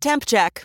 Temp check.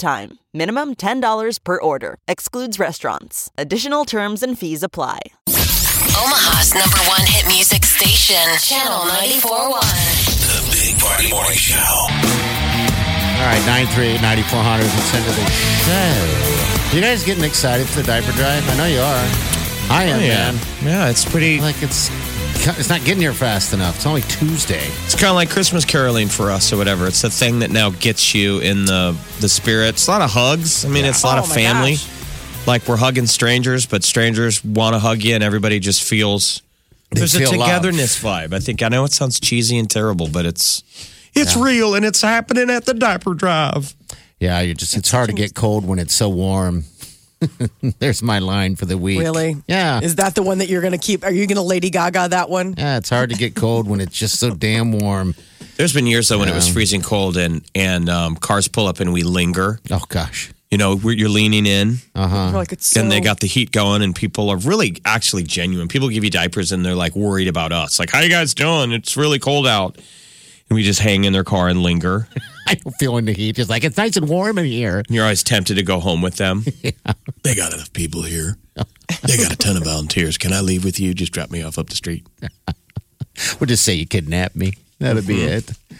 time. Minimum $10 per order. Excludes restaurants. Additional terms and fees apply. Omaha's number one hit music station, Channel 94.1. The Big Party Morning Show. All right, 938 9400. Let's end of the show. You guys getting excited for the diaper drive? I know you are. I am, Oh, Yeah, man. yeah, it's pretty. Like, it's it's not getting here fast enough. It's only Tuesday. It's kind of like Christmas caroling for us, or whatever. It's the thing that now gets you in the the spirit. It's a lot of hugs. I mean, it's a lot Oh, of my family. gosh. Like we're hugging strangers, but strangers want to hug you, and everybody just feels there's feel a loved. togetherness vibe. I think I know it sounds cheesy and terrible, but it's it's real and it's happening at the diaper drive. Yeah, you're just, it's hard to get cold when it's so warm. There's my line for the week. Really? Yeah. Is that the one that you're going to keep? Are you going to Lady Gaga that one? yeah, it's hard to get cold when it's just so damn warm. There's been years though when it was freezing cold and and um, cars pull up and we linger. Oh, gosh. You know, where you're leaning in. Uh, We're like it's so and they got the heat going and people are really actually genuine people give you diapers and they're like worried about us like how you guys doing it's really cold out and we just hang in their car and linger I don't feel in the heat. It's like, it's nice and warm in here. and you're always tempted to go home with them They got enough people here. They got a ton of volunteers. Can I leave with you? Just drop me off up the street. We'll just say you kidnapped me. That'll be Mm-hmm. it.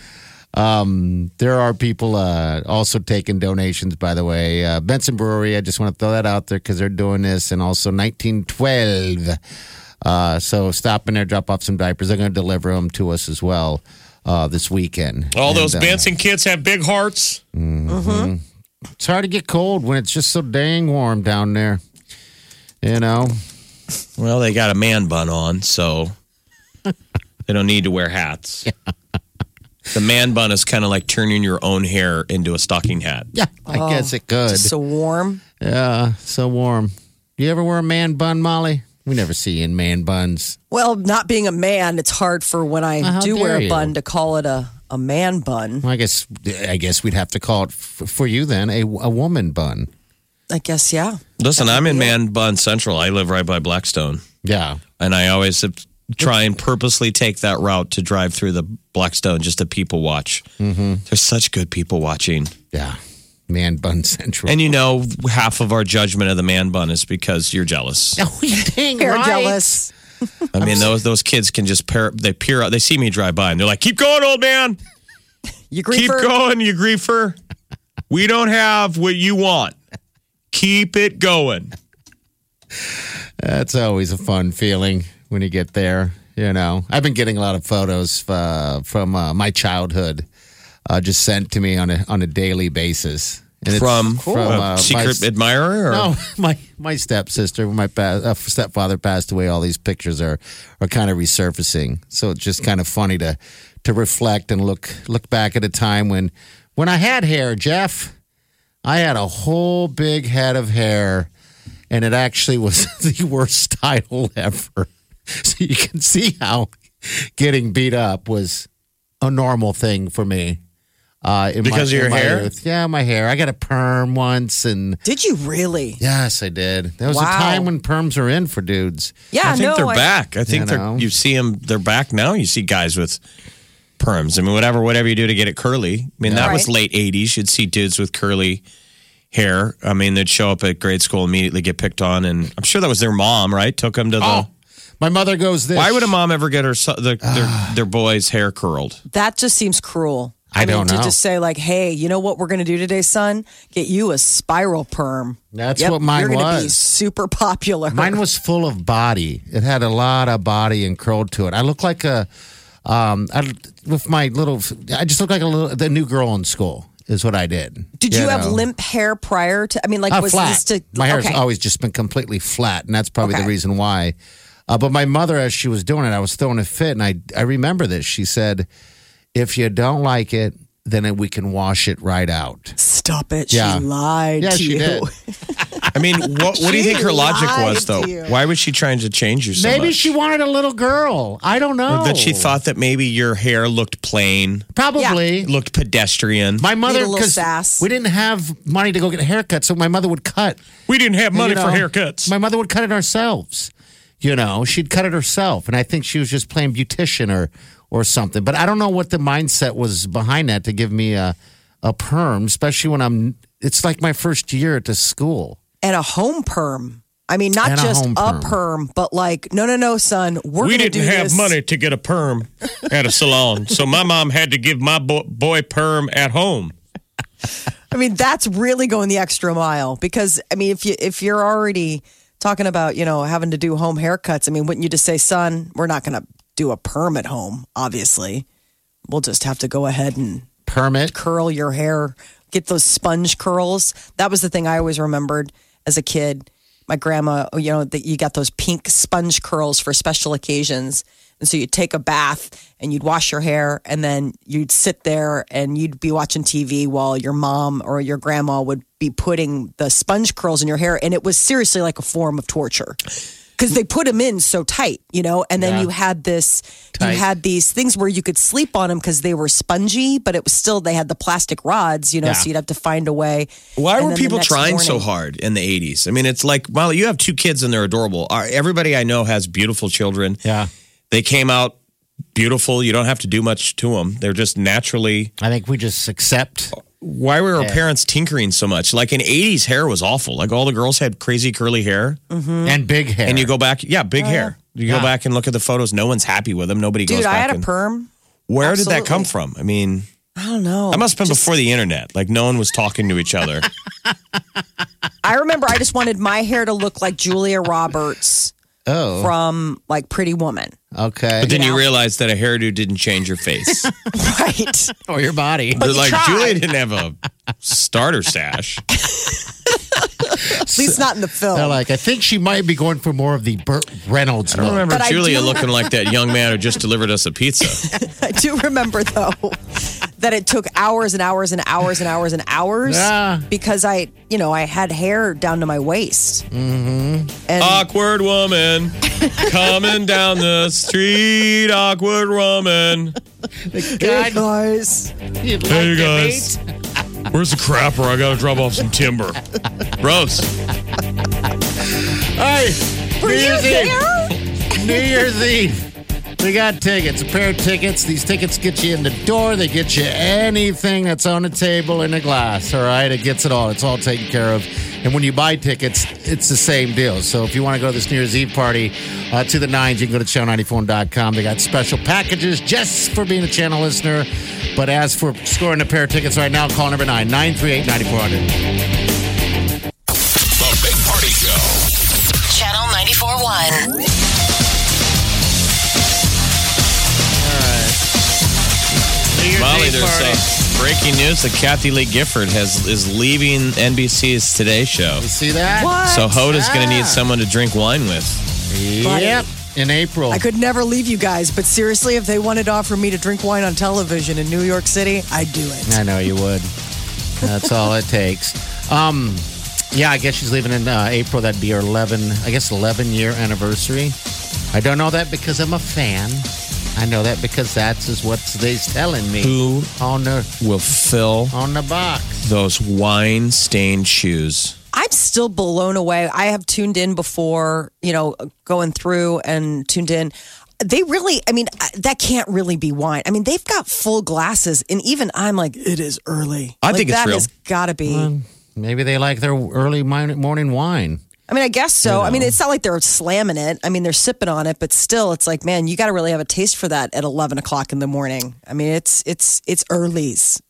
Um, there are people uh, also taking donations, by the way. Uh, Benson Brewery, I just want to throw that out there because they're doing this, and also 1912. Uh, so stop in there, drop off some diapers. They're going to deliver them to us as well uh, this weekend. all And, those uh, benson kids have big hearts It's hard to get cold when it's just so dang warm down there. You know, well they got a man bun on so they don't need to wear hats the man bun is kind of like turning your own hair into a stocking hat yeah, I guess it could. so warm. yeah, so warm. You ever wear a man bun, Molly? We never see you in man buns. Well, not being a man, it's hard for when I Well, Uh-huh, how do wear dare you. a bun to call it a, a man bun. Well, I guess I guess we'd have to call it f- for you then a, a woman bun. I guess, yeah. listen i'm in man bun central i live right by blackstone Yeah, and I always try and purposely take that route to drive through the Blackstone just to people watch. Mm-hmm. There's such good people watching, yeah, man bun central. and you know half of our judgment of the man bun is because you're jealous. oh, you dang You're right. jealous. I mean those those kids can just pair they peer out they see me drive by and they're like, "Keep going, old man. You Keep griefer. going, you griefer. We don't have what you want. Keep it going." That's always a fun feeling when you get there. You know, I've been getting a lot of photos uh, from uh, my childhood, uh, just sent to me on a on a daily basis. And it's From, from a uh, my secret s- admirer, or No, my my stepsister, when my pa- uh, stepfather passed away, all these pictures are are kind of resurfacing. So it's just kind of funny to to reflect and look look back at a time when when I had hair, Jeff. I had a whole big head of hair, and it actually was the worst style ever. So you can see how getting beat up was a normal thing for me. Uh, in my- Because of your in my hair? youth. Yeah, my hair. I got a perm once, and Did you really? Yes, I did. There was a Wow. time when perms were in for dudes. Yeah, I think no. they're I- back. I think You they're know. you see them. They're back now. You see guys with perms. I mean, whatever whatever you do to get it curly. I mean, that was late '80s. You'd see dudes with curly hair. I mean, they'd show up at grade school immediately get picked on, and I'm sure that was their mom, right? Took them to the. Oh. My mother goes this. Why would a mom ever get her so- their, Ah. their their boy's hair curled? That just seems cruel. I mean, don't To know. just say, like, hey, you know what we're going to do today, son? Get you a spiral perm. That's what mine you're gonna be was. super popular. Mine was full of body. It had a lot of body and curl to it. I look like a, um, I, with my little, I just look like a little, the new girl in school is what I did. Did you, have know. limp hair prior to? I mean, like, Uh, was flat. this to? my hair's okay. always just been completely flat, and that's probably the Okay. reason why. Uh, but my mother, as she was doing it, I was throwing a fit, and I I remember this. She said, "If you don't like it, then we can wash it right out. Stop it. Yeah. She lied Yeah, to she you. did. I mean, what, what do you think her logic lied was, though? to you. Why was she trying to change you so Maybe much? she wanted a little girl. I don't know. that she thought that maybe your hair looked plain, Probably. looked pedestrian. My mother, Need a little because sass. we didn't have money to go get a haircut, so my mother would cut. we didn't have money you know, for haircuts. My mother would cut it ourselves. You know, she'd cut it herself, and I think she was just playing beautician or or something. But I don't know what the mindset was behind that to give me a a perm, especially when I'm. It's like my first year at the school. And a home perm. I mean, not And a just home a perm. perm, but like, no, no, no, son. We're we gonna didn't do have this. money to get a perm at a salon, so my mom had to give my bo- boy perm at home. I mean, that's really going the extra mile because I mean, if you if you're already talking about you know having to do home haircuts, I mean, wouldn't you just say, son, we're not going to do a perm at home? Obviously, we'll just have to go ahead and Permit. curl your hair, get those sponge curls. That was the thing I always remembered as a kid. My grandma, you know, that you got those pink sponge curls for special occasions. And so you'd take a bath and you'd wash your hair and then you'd sit there and you'd be watching TV while your mom or your grandma would be putting the sponge curls in your hair. And it was seriously like a form of torture because they put them in so tight, you know, and then you had this, you Tight. had these things where you could sleep on them because they were spongy, but it was still they had the plastic rods, you know, Yeah. so you'd have to find a way. Why And were then the people next trying so morning- hard in the 80s? I mean, it's like, Molly, you have two kids and they're adorable. Our- Everybody I know has beautiful children. Yeah, They came out beautiful. You don't have to do much to them. They're just naturally. I think we just accept. Why were our parents tinkering so much? Like in 80s, hair was awful. Like all the girls had crazy curly hair. Mm-hmm. And big hair. And you go back, yeah, big hair. You go Yeah. back and look at the photos. No one's happy with them. Nobody goes Oh, Dude, back. I had a and- perm. Where did that come Absolutely. from? I mean, I don't know. that must have been before the internet. Like no one was talking to each other. I remember I just wanted my hair to look like Julia Roberts Oh. from like Pretty Woman. okay. But then you realize that a hairdo didn't change your face. Right. or Oh, your body. They're like tried. Julia didn't have a starter sash. At least not in the film. Oh. They're like, I think she might be going for more of the Burt Reynolds I look. remember But I Julia do- looking like that young man who just delivered us a pizza. I do remember though that it took hours and hours and hours and hours and hours Yeah. because I, you know, I had hair down to my waist. Mm-hmm. And awkward woman coming down the street. Awkward woman. Hey, guys. You'd like Hey to guys, meet- where's the crapper? I gotta drop off some timber. Gross. Hey, Were New you Year's Eve. there? New Year's Eve. We got tickets, a pair of tickets. These tickets get you in the door. They get you anything that's on the table in a glass. All right, it gets it all. It's all taken care of. And when you buy tickets, it's the same deal. So if you want to go to this New Year's Eve party uh, to the nines, you can go to channel94.com. They got special packages just for being a channel listener. But as for scoring a pair of tickets right now, call number nine nine three eight ninety four hundred. The Big Party Show. Channel 941. Molly, there's uh, breaking news that Kathy Lee Gifford has is leaving NBC's Today Show. See that? What? So Hoda's going to need Ah. someone to drink wine with. Yep. In April. I could never leave you guys, but seriously, if they wanted to offer me to drink wine on television in New York City, I'd do it. I know you would. That's all it takes. Um, yeah, I guess she's leaving in uh, April. That'd be her 11, I guess, 11 year anniversary. I don't know that because I'm a fan. I know that because that's is what they's telling me Who on the will fill on the box. those wine stained shoes? I'm still blown away. I have tuned in before, you know, going through and tuned in. They really, I mean, I- that can't really be wine. I mean, they've got full glasses, and even I'm like, it is early. I Like, think it's that real. has got to be. Maybe they like their early min- morning wine. I mean, I guess so. I mean, it's not like they're slamming it. I mean, they're sipping on it, but still, it's like, man, you got to really have a taste for that at 11 o'clock in the morning. I mean, it's it's it's early's.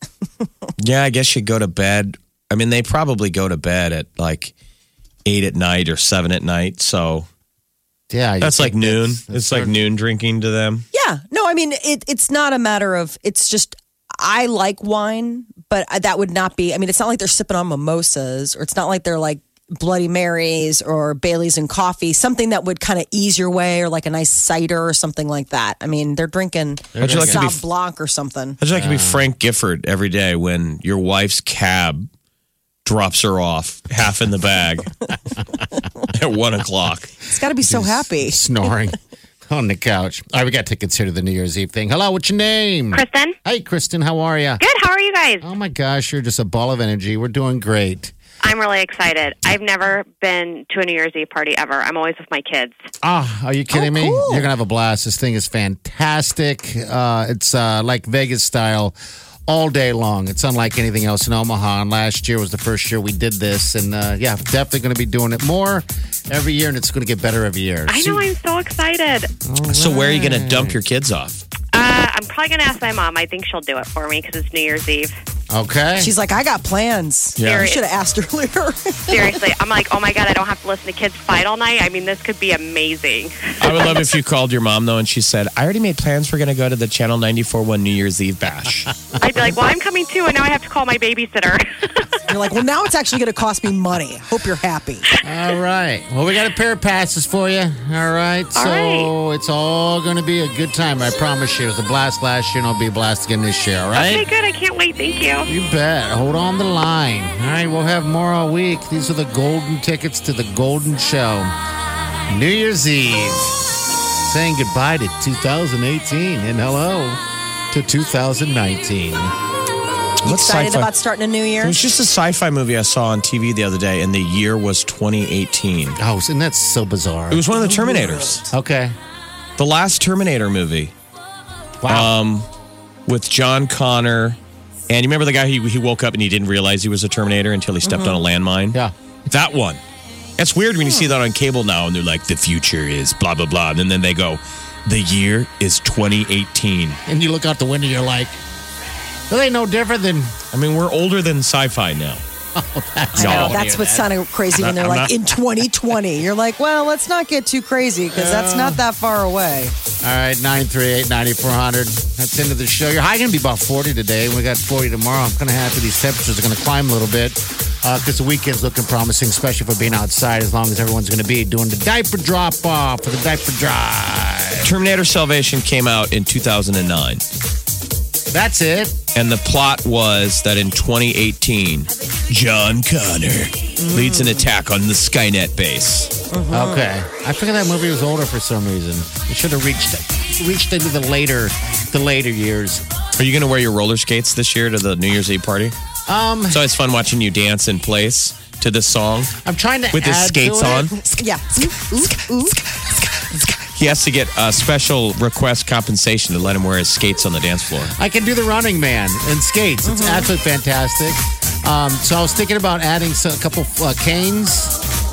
Yeah, I guess you go to bed. I mean, they probably go to bed at like eight at night or seven at night. So Yeah, you that's like think noon. that's- it's like noon drinking to them. Yeah. No, I mean, it, it's not a matter of, it's just, I like wine, but I- that would not be, I mean, it's not like they're sipping on mimosas or it's not like they're like Bloody Marys or Bailey's and coffee, something that would kind of ease your way, or like a nice cider or something like that. I mean, they're drinking How'd you like to be- Sauv Blanc or something. How'd you like to be Frank Gifford every day when your wife's cab drops her off half in the bag at one o'clock? It's got to be so happy. Snoring on the couch. All right, we got tickets here to the New Year's Eve thing. Hello, what's your name? Kristen? Hey, Kristen, how are you? Good. How are you guys? Oh my gosh, you're just a ball of energy. We're doing great. I'm really excited. I've never been to a New Year's Eve party ever. I'm always with my kids. Ah, are you kidding me? cool. You're gonna have a blast. This thing is fantastic. Uh, it's uh, like Vegas style all day long. It's unlike anything else in Omaha. And last year was the first year we did this, and uh, yeah, definitely gonna be doing it more every year, and it's gonna get better every year. I know. I'm so excited. So where are you going to dump your kids off? Uh, I'm probably going to ask my mom. I think she'll do it for me because it's New Year's Eve. Okay. She's like, I got plans. Yeah. You should have asked earlier. Seriously, I'm like, oh my God, I don't have to listen to kids fight all night. I mean, this could be amazing. I would love if you called your mom though and she said, I already made plans. We're going to go to the Channel 94 1 New Year's Eve bash. I'd be like, well, I'm coming too, and now I have to call my babysitter. You're like, well, now it's actually going to cost me money. Hope you're happy. All right. Well, we got a pair of passes for you. All right. so it's all going to be a good time. I promise you. It was a blast last year, and it'll be a blast again this year. All right. okay, good. I can't wait. Thank you. You bet. Hold on the line. All right, we'll have more all week. These are the golden tickets to the Golden Show. New Year's Eve. Saying goodbye to 2018 and hello to 2019. What's Excited about starting a new It year? was just a sci-fi movie I saw on TV the other day, and the year was 2018. Oh, isn't that so bizarre? It was one of the Terminators, Okay. the last Terminator movie Uh, um, Wow. with John Connor. And you remember the guy who he woke up and he didn't realize he was a Terminator until he stepped on a landmine? yeah. That one. That's weird when you see that on cable now and they're like, the future is blah, blah, blah. And then they go, the year is 2018. And you look out the window, you're like, that ain't no different than I mean, we're older than sci fi now. I know, No. that's what sounded crazy when they're I'm like not- in 2020. You're like, well, let's not get too crazy because that's not that far away. All right, 938 9400. That's the end of the show. Your high going to be about 40 today. We got 40 tomorrow. I'm kind of happy these temperatures are going to climb a little bit because the weekend's looking promising, especially for being outside as long as everyone's going to be doing the diaper drop off for the diaper drive. Terminator Salvation came out in 2009. That's it. And the plot was that in 2018, John Connor leads an attack on the Skynet base. Okay. I figured that movie was older for some reason. It should have reached reached into the later the later years. Are you going to wear your roller skates this year to the New Year's Eve party? Um, It's always fun watching you dance in place to this song I'm trying to with his add skates to it. on. Yeah. Ooh, ooh, ooh. He has to get a special request compensation to let him wear his skates on the dance floor. I can do the running man and skates. It's Mm-hmm. absolutely fantastic. Um, so I was thinking about adding so- a couple uh, canes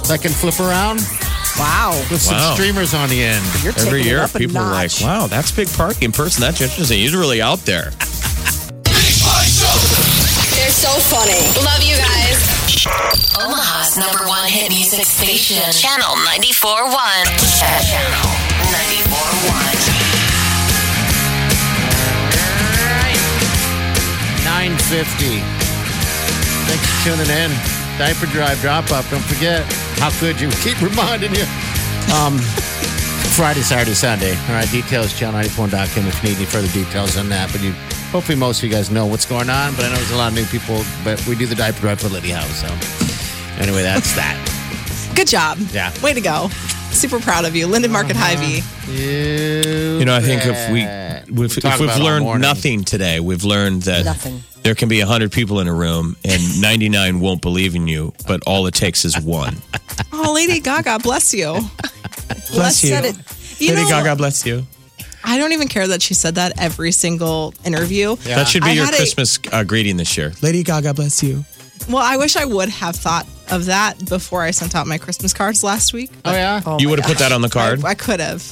that can flip around Wow. with Wow. some streamers on the end. You're taking Every it year, up a people are like, notch. wow, that's big party in person. That just isn't. He's really out there. They're so funny. Love you guys. Omaha's number one hit music station, Channel 94.1. Channel 94.1. 950. Thanks for tuning in. Diaper drive drop off. Don't forget. How could you? Keep reminding you. Um, Friday, Saturday, Sunday. All right, details, channel94.com if you need any further details on that. But you, hopefully most of you guys know what's going on. But I know there's a lot of new people. But we do the diaper drive for Liddy House. So anyway, that's that. Good job. Yeah. Way to go. Super proud of you. Linden Market Uh-huh. Hy-Vee. You, You know, I think if we if, if we've learned nothing today, we've learned that Nothing. there can be hundred people in a room and ninety nine won't believe in you, but all it takes is one. Oh, Lady Gaga, bless you. Bless you. Said it. You Lady know, Gaga, bless you. I don't even care that she said that every single interview. Yeah. That should be I your had a- Christmas uh, greeting this year. Lady Gaga, bless you. Well, I wish I would have thought of that before I sent out my Christmas cards last week. Oh yeah. you would have put that on the card. I could have.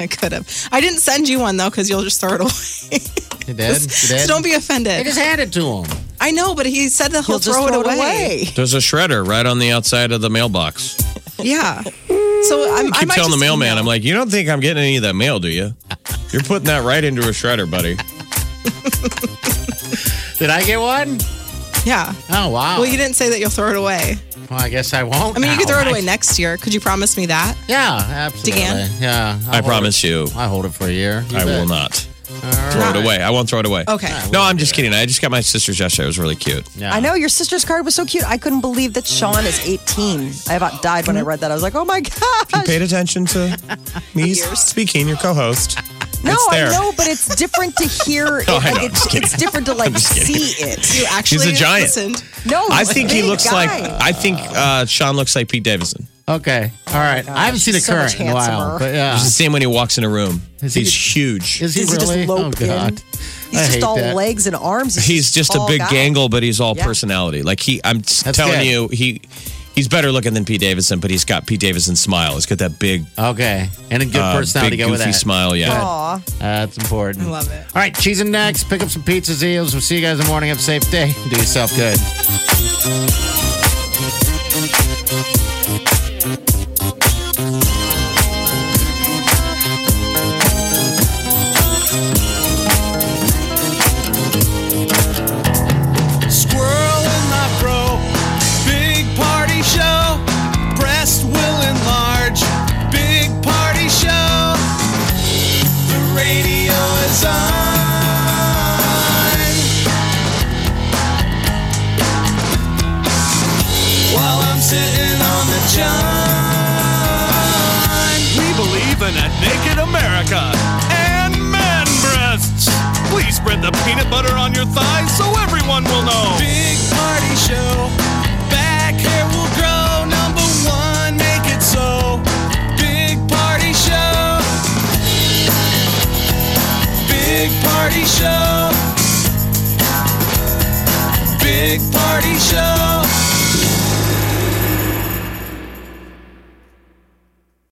I could have. I didn't send you one though because you'll just throw it away. You did. You did. so don't be I offended. just handed it to him. I know, but he said that he'll, just throw, throw it it away. There's a shredder right on the outside of the mailbox. Yeah. So I'm, I keep might telling the just mailman, email. I'm like, you don't think I'm getting any of that mail, do you? You're putting that right into a shredder, buddy. Did I get one? Yeah. Oh wow. Well, you didn't say that you'll throw it away. Well, I guess I won't. I mean, you could now. throw it away next year. Could you promise me that? Yeah, absolutely. Degan? Yeah, I'll I hold promise it- you, I hold it for a year. You I bet. will not All throw right. it away. I won't throw it away. Okay. No, I'm just kidding. I just got my sister's yesterday. It was really cute. Yeah. I know your sister's card was so cute. I couldn't believe that Sean is 18. I about died Hmm? when I read that. I was like, oh my gosh. Paid attention to me speaking, your co-host. No, it's I there. know, but it's different to hear it. No, I know. like I'm it's, just kidding. it's different to like just kidding. see it. You actually giant. listened. No, I he's a think he big looks guy. like. I think uh, Sean looks like Pete Davidson. Okay. All right. I haven't seen a he's so current much in a while, handsomer. but yeah. It's the same when he walks in a room. Is he He's just- huge. Is he Is he just really? oh loped in? God. I He's hate just all that. legs and arms. He's just a tall big guy. gangle, but he's all Yeah. personality. Like he, I'm s- That's telling good. you, he he's better looking than Pete Davidson, but he's got Pete Davidson's smile. He's got that big, Okay. And a good uh, personality big to go with goofy that. smile. Yeah. Aw. That's important. I love it. All right. Cheese and next. Pick up some pizza eels. We'll see you guys in the morning. Have a safe day. Do yourself good. Squirrel in my bro. Big party show. Breast will enlarge. Big party show. The radio is on. While I'm sitting on the john. We believe in a naked America and man breasts. Please spread the peanut butter on your thighs so everyone will know. Big party show. Back hair will grow. Number one, make it so. Big party show. Big party show. Big party show.